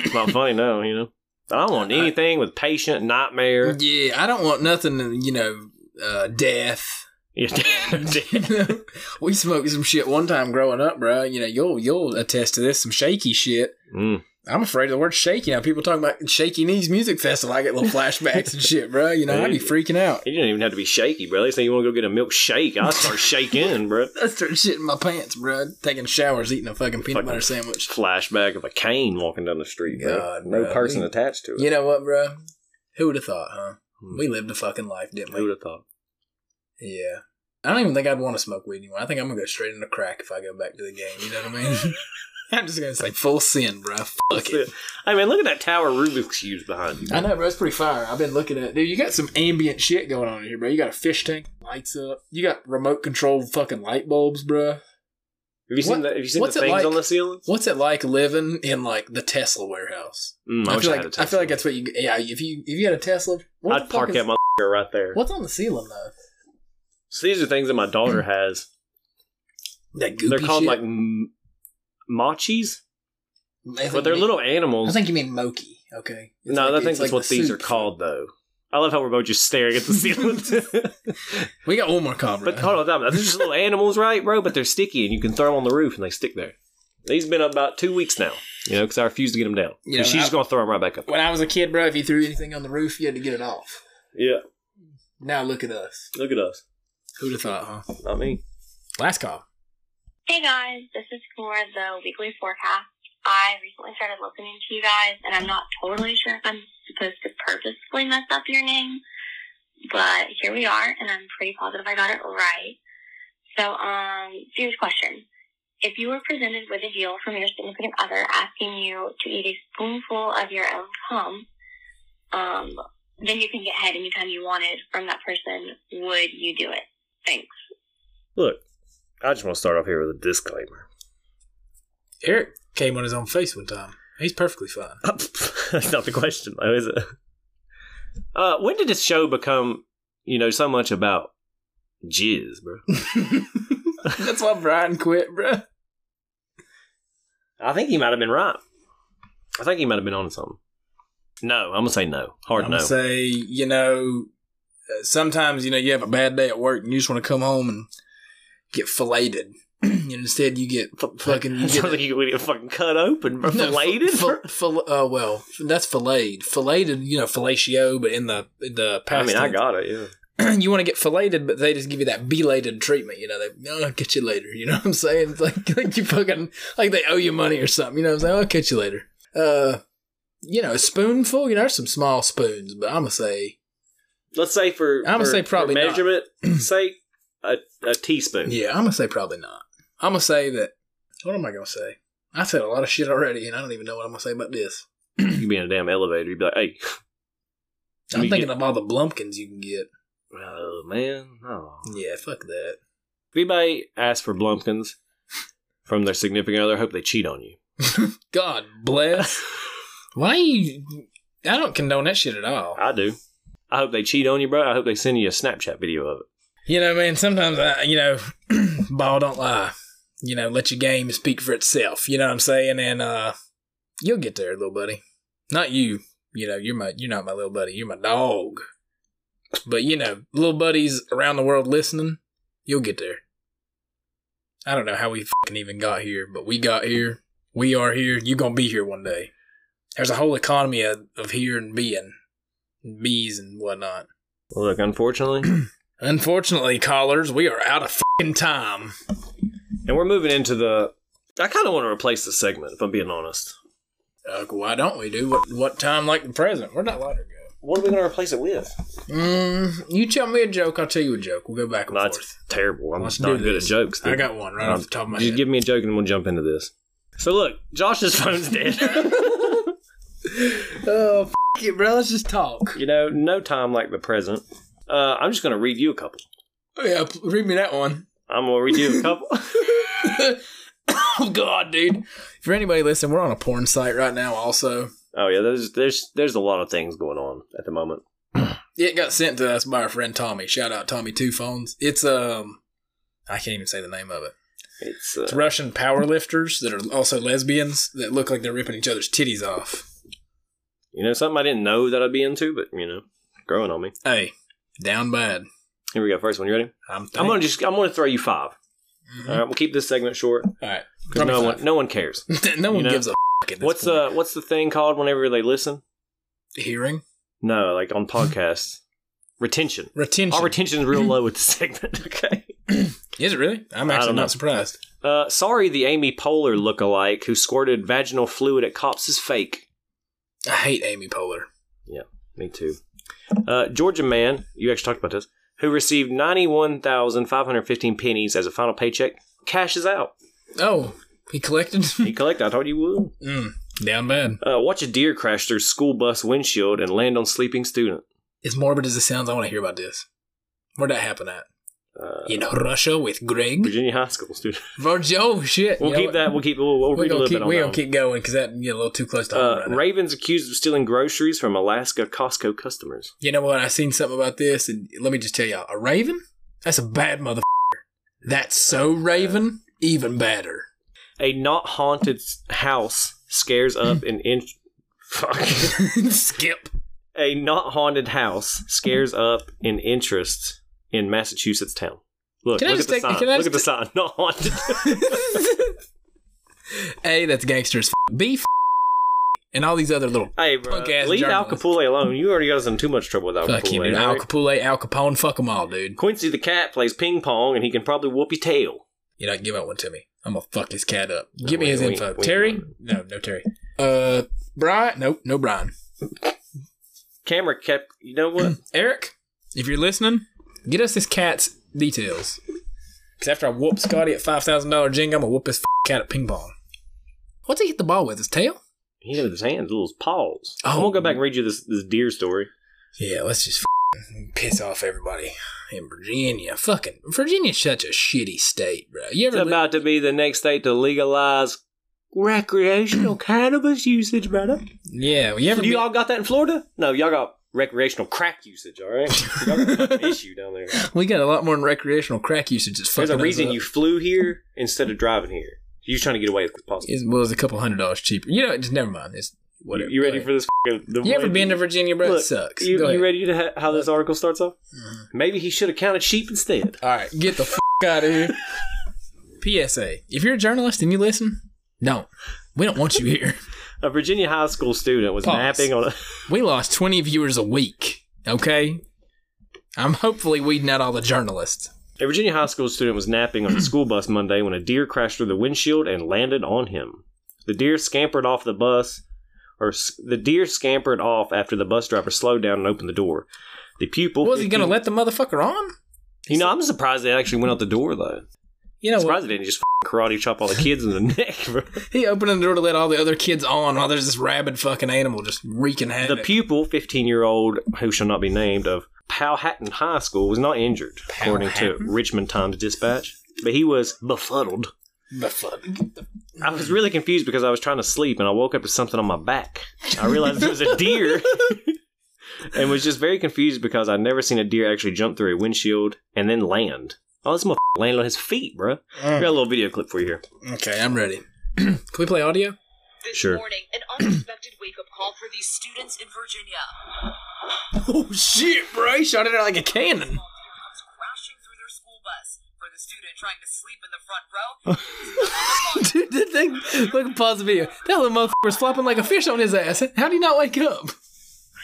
S3: It's not funny now, you know. I don't want anything with patient nightmare.
S5: Yeah, I don't want nothing, you know, uh, death. we smoked some shit one time growing up, bro. You know, you'll you'll attest to this. Some shaky shit.
S3: Mm.
S5: I'm afraid of the word shaky. Now people talking about shaky knees music festival. I get little flashbacks and shit, bro. You know, I'd be freaking out.
S3: You don't even have to be shaky, bro. They say you want to go get a milkshake. I'll start shaking, bro.
S5: I start shitting my pants, bro. Taking showers, eating a fucking peanut butter sandwich.
S3: Flashback of a cane walking down the street, bro.
S5: God,
S3: no
S5: bro.
S3: person attached to it.
S5: You know what, bro? Who would have thought, huh? We lived a fucking life, didn't
S3: Who would
S5: we?
S3: have thought?
S5: Yeah. I don't even think I'd want to smoke weed anymore. I think I'm gonna go straight into crack if I go back to the game. You know what I mean? I'm just gonna say full sin, bro. Fuck it.
S3: I mean, look at that tower Rubik's cubes behind you.
S5: I know, bro. It's pretty fire. I've been looking at, dude. You got some ambient shit going on in here, bro. You got a fish tank, lights up. You got remote controlled fucking light bulbs, bro.
S3: Have you seen
S5: What-
S3: that? Have you seen the
S5: what's it
S3: things
S5: like-
S3: on the ceiling?
S5: What's it like living in like the Tesla warehouse?
S3: Mm, I, wish
S5: feel
S3: I
S5: like
S3: had a
S5: I feel
S3: Tesla.
S5: like that's what you. Yeah, if you if you had a Tesla, what the
S3: I'd
S5: fuck
S3: park
S5: is-
S3: that motherfucker right there.
S5: What's on the ceiling though?
S3: So these are things that my daughter has.
S5: That Mm, goopy
S3: they're called
S5: shit?
S3: like m- machis,
S5: I think
S3: but they're
S5: you-
S3: little
S5: I
S3: animals.
S5: think you mean Moki. Okay. It's
S3: no,
S5: like-
S3: I think
S5: it's
S3: that's
S5: like
S3: what
S5: the
S3: these
S5: soup.
S3: are called, though. I love how we're both just staring at the ceiling.
S5: We got one more call, bro.
S3: but hold on, they're just little animals, right, bro? But they're sticky, and you can throw them on the roof, and they stick there. These have been about two weeks now, you know, because I refuse to get them down. 'Cause
S5: Yeah,
S3: she's
S5: I-
S3: just gonna throw them right back up.
S5: When I was a kid, bro, if you threw anything on the roof, you had to get it off.
S3: Yeah,
S5: Now look at us.
S3: look at us.
S5: Who'd have thought, huh?
S3: Not me.
S5: Last call.
S6: Hey guys, this is for the weekly forecast. I recently started listening to you guys, and I'm not totally sure if I'm supposed to purposefully mess up your name, but here we are, and I'm pretty positive I got it right. So, um, serious question. If you were presented with a deal from your significant other asking you to eat a spoonful of your own cum, um, then you can get head anytime you wanted from that person, would you do it? Thanks.
S3: Look, I just want to start off here with a disclaimer.
S5: Eric came on his own face one time. He's perfectly fine.
S3: That's not the question, though, is it? Uh, when did this show become, you know, so much about jizz, bro?
S5: That's why Brian quit, bro.
S3: I think he might have been right. I think he might have been on something. No, I'm gonna say no. Hard
S5: I'm
S3: no.
S5: gonna say, you know, uh, sometimes you know you have a bad day at work and you just want to come home and get filleted. and instead you get fucking you
S3: Sounds
S5: get
S3: like you could get fucking cut open, bro.
S5: No,
S3: Filleted?
S5: fil- fil- uh, well, that's filleted. Filleted, you know, fellatio, but in the in the
S3: I
S5: past.
S3: mean, I
S5: tense.
S3: got it, yeah.
S5: you want to get filleted, but they just give you that belated treatment. You know, they oh, I'll catch you later. You know what I'm saying? It's like like you fucking like they owe you money or something. You know what I'm saying? I'll catch you later. Uh, you know, a spoonful. You know, there's some small spoons, but I'm gonna say
S3: Let's say for
S5: I'm gonna
S3: for-
S5: say probably
S3: for
S5: not.
S3: measurement, say a, a teaspoon.
S5: yeah, I'm gonna say probably not. I'm gonna say that. What am I gonna say? I said a lot of shit already, and I don't even know what I'm gonna say about this.
S3: You could be in a damn elevator. You'd be like, "Hey,
S5: I'm
S3: You
S5: thinking
S3: get-
S5: of all the blumpkins you can get.
S3: oh man, oh."
S5: Yeah, fuck that.
S3: If anybody asks for blumpkins from their significant other, I hope they cheat on you.
S5: God bless. Why you? I don't condone that shit at all.
S3: I do. I hope they cheat on you, bro. I hope they send you a Snapchat video of it.
S5: You know, man. Sometimes I, you know, ball don't lie. You know, let your game speak for itself. You know what I'm saying? And uh, you'll get there, little buddy. Not you. You know, you're my. You're not my little buddy. You're my dog. But you know, little buddies around the world listening, you'll get there. I don't know how we fucking even got here, but we got here. We are here. You're gonna be here one day. There's a whole economy of, of here and being, bees and whatnot.
S3: Look, unfortunately,
S5: Unfortunately, callers, we are out of fing time.
S3: and we're moving into the. I kind of want to replace the segment, if I'm being honest.
S5: Uh, why don't we do what what time like the present? We're not letting her go.
S3: What are we going to replace it with?
S5: Mm, you tell me a joke, I'll tell you a joke. We'll go back and
S3: That's
S5: forth.
S3: terrible. I'm
S5: Let's
S3: not
S5: do
S3: good
S5: this.
S3: at jokes. dude.
S5: I got one right
S3: Um,
S5: off the top of my
S3: Just
S5: head.
S3: give me a joke and we'll jump into this. So look, Josh's phone's dead.
S5: oh, f- it, bro. Let's just talk.
S3: you know, no time like the present. Uh, I'm just gonna read you a couple.
S5: Oh, Yeah, p- read me that one.
S3: I'm gonna read you a couple.
S5: oh God, dude. For anybody listening, we're on a porn site right now. Also,
S3: oh yeah, there's there's there's a lot of things going on at the moment.
S5: it got sent to us by our friend Tommy. Shout out Tommy Two Phones. It's um, I can't even say the name of it.
S3: It's uh,
S5: It's Russian powerlifters that are also lesbians that look like they're ripping each other's titties off.
S3: you know something I didn't know that I'd be into, but you know, growing on me.
S5: Hey, down bad.
S3: Here we go. First one, you ready?
S5: I'm.
S3: I'm gonna just I'm gonna throw you 5
S5: Mm-hmm.
S3: All right, we'll keep this segment short
S5: All right.
S3: 'cause no one no one cares.
S5: no one
S3: know,
S5: gives a f- at this
S3: What's
S5: point.
S3: uh what's the thing called whenever they listen?
S5: hearing
S3: No, like on podcasts, retention.
S5: retention?
S3: Our retention is real low with this segment. Okay.
S5: Is it really? I'm
S3: I
S5: actually
S3: don't know.
S5: not surprised.
S3: Uh, sorry, the Amy Poehler look-alike who squirted vaginal fluid at cops is fake.
S5: I hate Amy Poehler.
S3: Me too. Uh, Georgia man, you actually talked about this, who received ninety-one thousand five hundred fifteen pennies as a final paycheck, cashes out.
S5: Oh, he collected.
S3: He collected. I told you would.
S5: mm, down bad.
S3: Uh, watch a deer crash through school bus windshield and land on sleeping student.
S5: As morbid as it sounds, I want to hear about this. Where'd that happen at?
S3: Uh,
S5: In Russia with Greg.
S3: Virginia high school student.
S5: Virgil. Oh shit.
S3: We'll
S5: You know
S3: keep
S5: what?
S3: that. We'll keep. We'll, we'll
S5: We're
S3: read a
S5: gonna
S3: little
S5: keep.
S3: bit on
S5: We're
S3: that
S5: gonna
S3: one.
S5: keep going because that can get a little too close to home.
S3: Uh,
S5: right now.
S3: Ravens accused of stealing groceries from Alaska Costco customers.
S5: You know what? I seen something about this, and let me just tell y'all: a raven? That's a bad motherfucker. That's so raven, even badder.
S3: A not haunted s- house scares up an in- fuck.
S5: Skip.
S3: A not haunted house scares up an interest in Massachusetts town. Look,
S5: Can I
S3: look at
S5: just
S3: the
S5: take-
S3: sign.
S5: can I
S3: Look at the
S5: just
S3: sign. Not haunted.
S5: A, that's gangsters. B, f- and all these other little
S3: hey, bro,
S5: Punk-ass
S3: leave Al
S5: journalist.
S3: Capule alone. You already got us in too much trouble with Al
S5: fuck him,
S3: Capule.
S5: dude. Al
S3: right?
S5: Capule, Al Capone, fuck them all, dude.
S3: Quincy the cat plays ping pong, and he can probably whoop your tail.
S5: You know, give out one to me. I'm gonna fuck his cat up. Give me
S3: wait,
S5: his
S3: wait,
S5: info.
S3: wait.
S5: Terry? No, no Terry. Uh, Brian? Nope, no Brian.
S3: Camera kept. You know what?
S5: Eric, if you're listening, get us this cat's details. Because after I whoop Scotty at $5,000 Jenga, I'm going to whoop his f- cat at ping pong. What's he hit the ball with? His tail?
S3: he had his hands, little paws. I'm
S5: Oh.
S3: gonna go back and read you this this deer story.
S5: Yeah, let's just f- piss off everybody in Virginia. Fucking Virginia's such a shitty state, bro. You
S3: It's
S5: ever?
S3: about to be the next state to legalize recreational cannabis usage, brother.
S5: yeah, well, you ever?
S3: Do
S5: been-
S3: y'all got that in Florida? No, y'all got recreational crack usage, all right? Y'all got a fucking issue down there.
S5: we got a lot more recreational crack usage. It's
S3: There's
S5: fucking
S3: a
S5: us
S3: reason
S5: up.
S3: you flew here instead of driving here. You're just trying to get away as possible.
S5: It's, well, it's a couple hundred dollars cheaper. You know, just never mind. It's whatever.
S3: You ready
S5: Go
S3: for
S5: ahead.
S3: this? fucking- The
S5: You ever
S3: way-
S5: been to Virginia, bro?
S3: Look,
S5: it sucks.
S3: You,
S5: Go
S3: you
S5: ahead. Mm-hmm.
S3: ready to ha- how this article starts off? Maybe he should have counted sheep instead.
S5: All right, get the f- out of here. PSA. If you're a journalist and you listen, don't. We don't want you here.
S3: A Virginia high school student was
S5: Pause.
S3: napping on a.
S5: We lost 20 viewers a week, okay? I'm hopefully weeding out all the journalists.
S3: A Virginia high school student was napping on a school bus Monday when a deer crashed through the windshield and landed on him. The deer scampered off the bus, or s- the deer scampered off after the bus driver slowed down and opened the door. The pupil
S5: Was he going to let the motherfucker on?
S3: You know, I'm surprised they actually went out the door though.
S5: You know,
S3: I'm
S5: what?
S3: surprised they didn't just f- karate chop all the kids in the neck. bro.
S5: he opened the door to let all the other kids on while there's this rabid fucking animal just wreaking
S3: The
S5: havoc.
S3: pupil, 15 year old, who shall not be named, of Powhatan High School was not injured, according to Richmond Times Dispatch, but he was befuddled. I was really confused because I was trying to sleep and I woke up to something on my back. I realized it was a deer and was just very confused because I'd never seen a deer actually jump through a windshield and then land. Oh, this motherfucker landed on his feet, bruh.
S5: Mm.
S3: I got a little video clip for you here.
S5: okay, I'm ready. Can we play audio?
S8: This
S3: Sure.
S8: morning, an unexpected wake up call for these students in Virginia.
S5: Oh shit, bro! He shot it out like a cannon.
S8: While deer comes crashing through their school bus. For the student trying to sleep in the front row,
S5: Dude, that thing. Look, pause the video. That little motherfucker's flopping like a fish on his ass. How do you not wake up,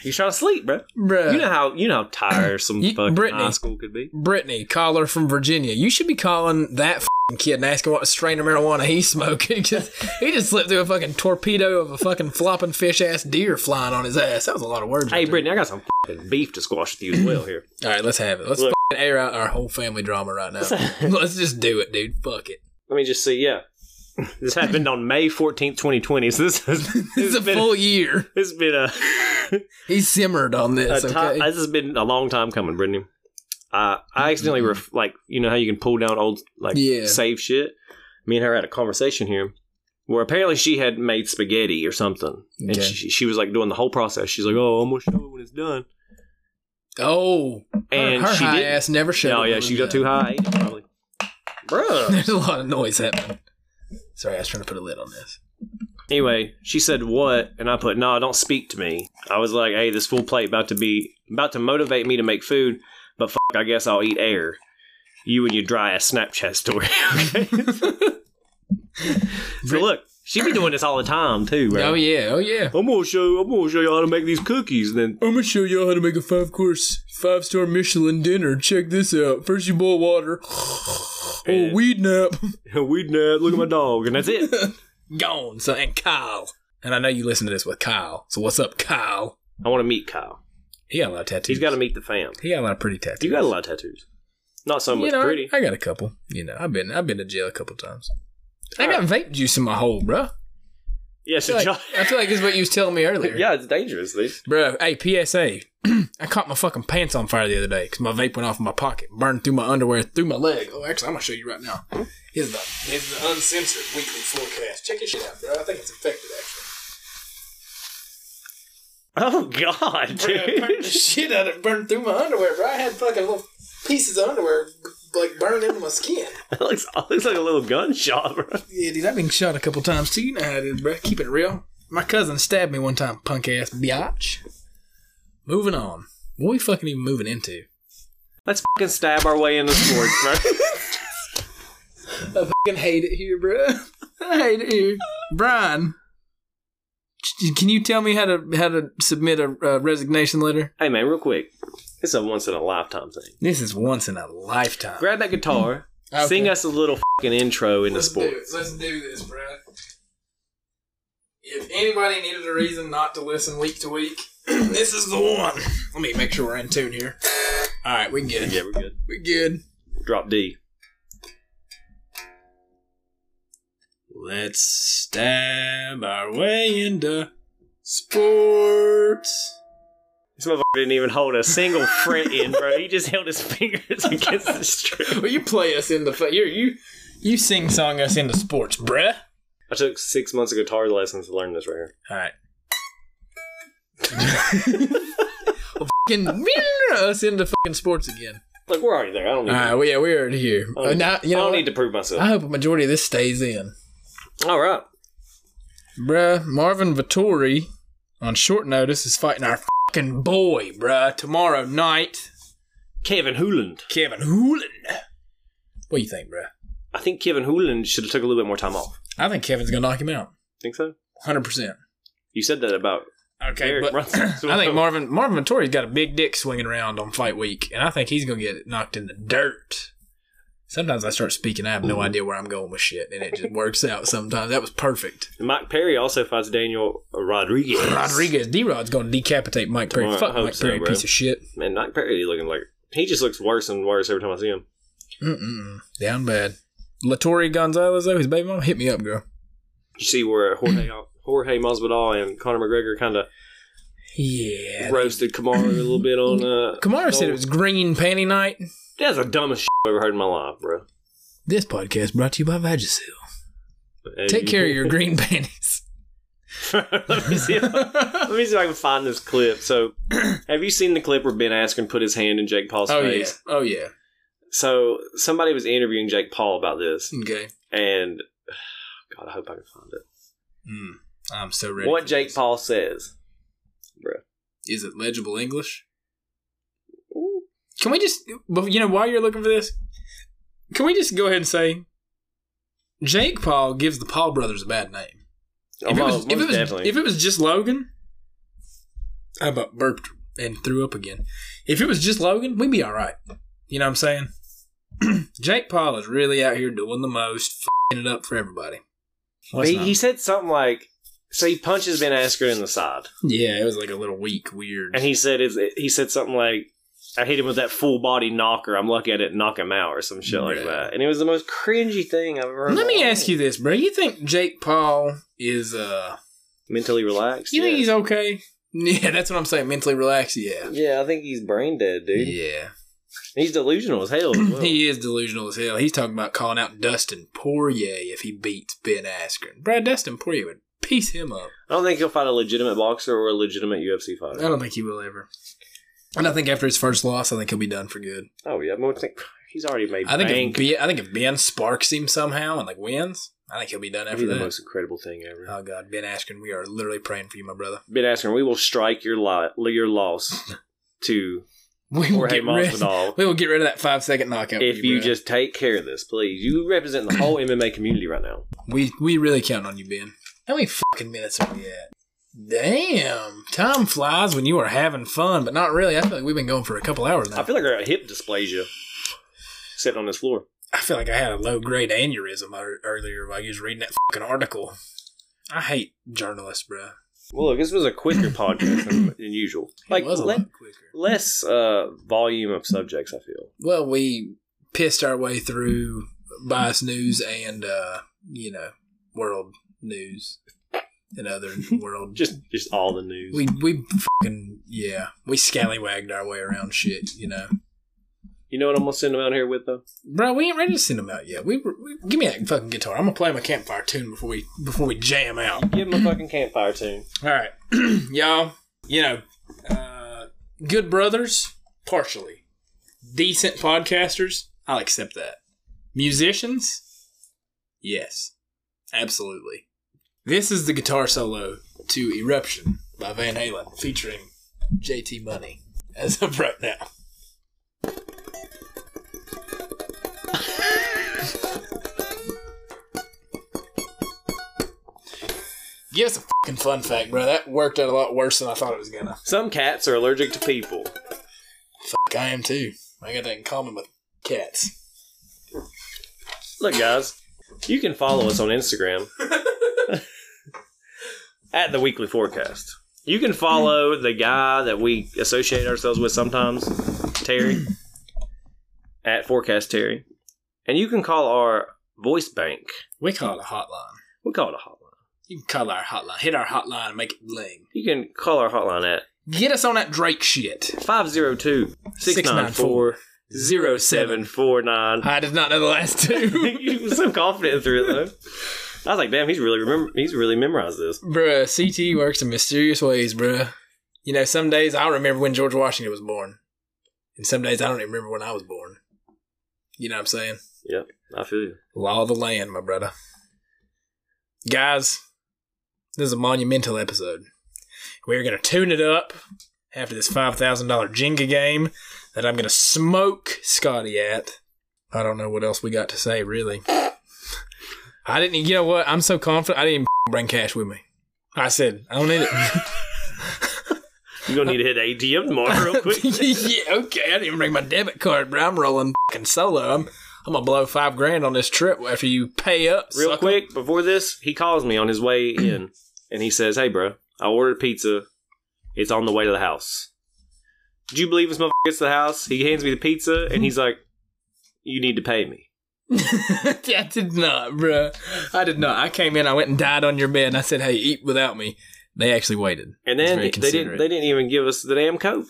S3: He's trying to sleep, bruh.
S5: Bruh.
S3: You know how you know how tiresome
S5: You-
S3: fucking
S5: Brittany.
S3: high school could be.
S5: Brittany, caller from Virginia. You should be calling that f***ing kid and asking what strain of marijuana he's smoking. 'cause he just slipped through a fucking torpedo of a fucking flopping fish ass deer flying on his ass. That was a lot of words.
S3: Hey,
S5: right there.
S3: Brittany, I got some fucking beef to squash with you as well here.
S5: All right, let's have it. Let's
S3: Look.
S5: fucking air out our whole family drama right now. let's just do it, dude. Fuck it.
S3: Let me just see. Yeah, this happened on May fourteenth, twenty twenty. So this has
S5: It's a
S3: been,
S5: full year.
S3: It's been a,
S5: He simmered on
S3: a
S5: this.
S3: ti-
S5: okay.
S3: this has been a long time coming, Brittany. Uh, I accidentally ref- like you know how you can pull down old like
S5: Mm-hmm. Yeah.
S3: save shit. Me and her had a conversation here where apparently she had made spaghetti or something, and
S5: Okay.
S3: she, she was like doing the whole process. She's like, "Oh, I'm gonna show it when it's done,"
S5: oh,
S3: and
S5: her, her
S3: she
S5: high
S3: didn't.
S5: ass never showed.
S3: Oh
S5: up.
S3: yeah, she got too high. ate it Probably. Bruh.
S5: There's a lot of noise happening. Sorry, I was trying to put a lid on this.
S3: Anyway, she said what, and I put, "No, don't speak to me." I was like, "Hey, this full plate about to be about to motivate me to make food, but fuck, I guess I'll eat air." You and your dry ass Snapchat story. okay? so look, she be doing this all the time too, right?
S5: Oh yeah, oh yeah.
S3: I'm gonna show I'm gonna show you how to make these cookies. And then
S5: I'm gonna show y'all how to make a five course, five star Michelin dinner. Check this out. First, you boil water. Oh,
S3: Yeah.
S5: weed nap.
S3: we nut. Look at my dog, and that's it.
S5: Gone, son. And Kyle. And I know you listen to this with Kyle. So what's up, Kyle?
S3: I want to meet Kyle.
S5: He got a lot of tattoos.
S3: He's got to meet the fam.
S5: He got a lot of pretty tattoos.
S3: You got a lot of tattoos. Not so much
S5: you know,
S3: pretty.
S5: I got a couple. You know, I've been I've been to jail a couple times. I got vape juice in my hole, bruh.
S3: yes,
S5: I
S3: it's
S5: feel, like, I feel like this is what you was telling me earlier.
S3: yeah, it's dangerous. These.
S5: Bro, hey, PSA. I caught my fucking pants on fire the other day because my vape went off in my pocket, burned through my underwear, through my leg. Oh, actually, I'm going to show you right now. Here's the, here's the uncensored weekly forecast. Check this shit out, bro. I think it's affected, actually.
S3: Oh God,
S5: Bro, I burned
S3: dude.
S5: the shit out of it, burned through my underwear, bro. I had fucking little pieces of underwear like burned into my skin.
S3: That looks, that looks like a little gunshot, bro.
S5: Yeah, dude, I've been shot a couple times too. You know how it is, bro. Keep it real. My cousin stabbed me one time, punk ass biatch. Moving on. What we fucking even moving into?
S3: Let's fucking stab our way into sports, bro.
S5: I fucking hate it here, bro. I hate it here. Brian, c- can you tell me how to how to submit a uh, resignation letter?
S3: hey, man, real quick. It's a once in a lifetime thing.
S5: This is once in a lifetime.
S3: Grab that guitar,
S5: Ah, Okay.
S3: sing us a little fucking intro into sports.
S5: Let's do this, bro. If anybody needed a reason not to listen week to week, this is the one. Let me make sure we're in tune here. All right, we good.
S3: Yeah, we're good.
S5: We good.
S3: Drop D.
S5: Let's stab our way into sports.
S3: This motherfucker didn't even hold a single fret in, bro. He just held his fingers against the string.
S5: Well, you play us in the fu- you you you sing song us into sports, bruh.
S3: I took six months of guitar lessons to learn this right here.
S5: All right. Fucking us into fucking sports again.
S3: Look, we're already there. I don't need.
S5: All right, well, yeah, we're already here. Uh,
S3: I don't, need-
S5: now, you
S3: I
S5: know,
S3: don't
S5: what?
S3: need to prove myself.
S5: I hope a majority of this stays in,
S3: All right.
S5: bruh. Marvin Vittori on short notice is fighting our fucking boy, bruh. Tomorrow night,
S3: Kevin Hooland.
S5: Kevin Hoolan. What do you think, bruh?
S3: I think Kevin Hoolan should have took a little bit more time off.
S5: I think Kevin's gonna knock him out.
S3: Think so?
S5: Hundred percent.
S3: You said that about
S5: Okay,
S3: Eric
S5: but
S3: Brunson.
S5: I think Marvin Marvin Vittori's got a big dick swinging around on fight week, and I think he's gonna get knocked in the dirt. Sometimes I start speaking, I have no idea where I'm going with shit, and it just works out. Sometimes that was perfect.
S3: Mike Perry also fights Daniel Rodriguez.
S5: Rodriguez D Rod's gonna decapitate Mike Perry.
S3: Well, I
S5: Fuck
S3: hope
S5: Mike
S3: so,
S5: Perry,
S3: bro.
S5: piece of shit.
S3: Man, Mike Perry looking like he just looks worse and worse every time I see him.
S5: Mm-mm. Down bad. Latori Gonzalez though, his baby mom, hit me up, girl.
S3: You see where Jorge Jorge Masvidal and Conor McGregor kind of
S5: Yeah.
S3: roasted Kamaru a little bit on. Uh,
S5: Kamara said it was green panty night.
S3: That's the dumbest shit I've ever heard in my life, bro.
S5: This podcast brought to you by Vagisil. Take care of your green panties. Oh,
S3: let me see. If, let me see if I can find this clip. So, have you seen the clip where Ben Askren put his hand in Jake Paul's
S5: Oh yeah.
S3: face?
S5: Oh yeah.
S3: So, somebody was interviewing Jake Paul about this,
S5: Okay.
S3: and God, I hope I can find it.
S5: Mm, I'm so ready.
S3: what
S5: for
S3: Jake
S5: this.
S3: Paul says, bro.
S5: Is it legible English? Can we just, but you know, while you're looking for this, can we just go ahead and say Jake Paul gives the Paul brothers a bad name? If it, was,
S3: Almost-
S5: if, it
S3: Oh, most
S5: was,
S3: definitely.
S5: if it was just Logan, I about burped and threw up again. If it was just Logan, we'd be all right. You know what I'm saying? Jake Paul is really out here doing the most, fing it up for everybody.
S3: But he, he said something like, so he punches Ben Askren in the side,
S5: yeah, it was like a little weak, weird.
S3: and he said, is he said something like, I hit him with that full body knocker. I'm lucky I didn't knock him out or some shit like
S5: Bruh.
S3: that. And it was the most cringy thing I've ever. heard in
S5: Let
S3: my
S5: me
S3: life.
S5: ask you this, bro. You think Jake Paul is uh
S3: mentally relaxed.
S5: you
S3: yeah.
S5: think he's okay? Yeah, that's what I'm saying. Mentally relaxed, yeah.
S3: Yeah, I think he's brain dead, dude.
S5: Yeah.
S3: He's delusional as hell. As well.
S5: He is delusional as hell. He's talking about calling out Dustin Poirier if he beats Ben Askren. Brad Dustin Poirier would piece him up.
S3: I don't think he'll fight a legitimate boxer or a legitimate UFC
S5: I
S3: fighter.
S5: don't think he will ever. And I think after his first loss, I think he'll be done for good.
S3: Oh yeah, I mean, I think he's already made.
S5: I think
S3: bank.
S5: if ben, I think if Ben sparks him somehow and like wins, I think he'll be done
S3: That'd be
S5: after
S3: the
S5: that.
S3: most incredible thing ever.
S5: Oh God, Ben Askren, we are literally praying for you, my brother.
S3: Ben Askren, we will strike your lot, your loss to
S5: We will,
S3: Jorge
S5: get rid,
S3: Masvidal
S5: we will get rid of that five second knockout.
S3: if
S5: for
S3: you
S5: brother.
S3: just take care of this, please. You represent the whole MMA community right now.
S5: We we really count on you, Ben. How many fucking minutes are we at? Damn, time flies when you are having fun, but not really. I feel like we've been going for a couple hours now.
S3: I feel like I got hip dysplasia sitting on this floor.
S5: like I had a low grade aneurysm ear- earlier while you was reading that fucking article. I hate journalists, bro.
S3: Well, look, this was a quicker podcast than, than usual. Like
S5: it was a
S3: le-
S5: lot quicker.
S3: less uh, volume of subjects. I feel
S5: Well, we pissed our way through bias news and uh, you know world news and other world
S3: just just all the news.
S5: We we fucking yeah. We scallywagged our way around shit, you know.
S3: you know what I'm gonna send them out here with though?
S5: Bro, we ain't ready to send them out yet. We, we give me that fucking guitar. I'm gonna play my campfire tune before we before we jam out.
S3: Give them a fucking campfire tune.
S5: All right, y'all. You know, uh, good brothers, partially decent podcasters. I'll accept that. Musicians, yes, absolutely. This is the guitar solo to "Eruption" by Van Halen, featuring JT Money. As of right now. Give us a fucking fun fact, bro. That worked out a lot worse than I thought it was gonna.
S3: Some cats are allergic to people.
S5: Fuck, I am too. I got that in common with cats.
S3: Look, guys, you can follow us on Instagram at the Weekly Forecast. You can follow the guy that we associate ourselves with sometimes, Terry, at Forecast Terry. And you can call our voice bank.
S5: We call it a hotline.
S3: We call it a hotline.
S5: You can call our hotline. Hit our hotline and make it bling.
S3: You can call our hotline at
S5: Get us on that Drake shit.
S3: 502 694 0749.
S5: I did not know the last two.
S3: He was so confident through it, though. I was like, damn, he's really remember. He's really memorized this.
S5: Bruh, CT works in mysterious ways, bruh. You know, some days I remember when George Washington was born. And some days I don't even remember when I was born. You know what I'm saying?
S3: Yep, I feel you.
S5: Law of the land, my brother. Guys, this is a monumental episode. We're going to tune it up after this $5,000 Jenga game that I'm going to smoke Scotty at. I don't know what else we got to say, really. I didn't, you know what? I'm so confident. I didn't even bring cash with me. I said, I don't need
S3: You're gonna need to hit ATM tomorrow real quick.
S5: it. yeah, okay. I didn't even bring my debit card, bro. I'm rolling fucking solo. I'm, I'm going to blow five grand on this trip after you pay up.
S3: Real
S5: sucker.
S3: quick, before this, he calls me on his way in and he says, Hey, bro, I ordered pizza. It's on the way to the house. Do you believe this motherfucker gets to the house? He hands me the pizza and he's like, You need to pay me.
S5: I did not, bruh. I did not. I came in, I went and died on your bed, and I said, hey, eat without me. They actually waited.
S3: And
S5: It's
S3: then
S5: very
S3: they didn't,
S5: considerate.
S3: they didn't even give us the damn Coke.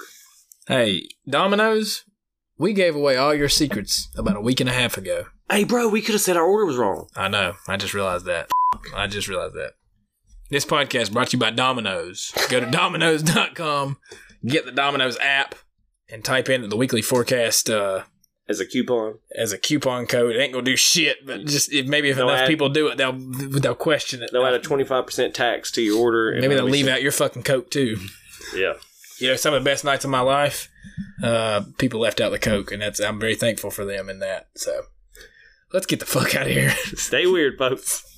S5: Hey, Domino's, we gave away all your secrets about a week and a half ago.
S3: Hey, bro, we could have said our order was wrong.
S5: I know. I just realized that. I just realized that. This podcast brought to you by Domino's. Go to domino's.com, get the Domino's app, and type in the weekly forecast uh,
S3: As a coupon.
S5: as a coupon code. It ain't going to do shit, but just if, maybe if
S3: They'll
S5: enough
S3: add-
S5: people do it, they'll they'll question it.
S3: They'll add a 25% tax to your order. and
S5: maybe they'll
S3: we
S5: leave
S3: should-
S5: out your fucking Coke, too.
S3: Yeah.
S5: you know some of the best nights of my life uh people left out the coke and that's i'm very thankful for them in that so let's get the fuck out of here
S3: Stay weird, folks.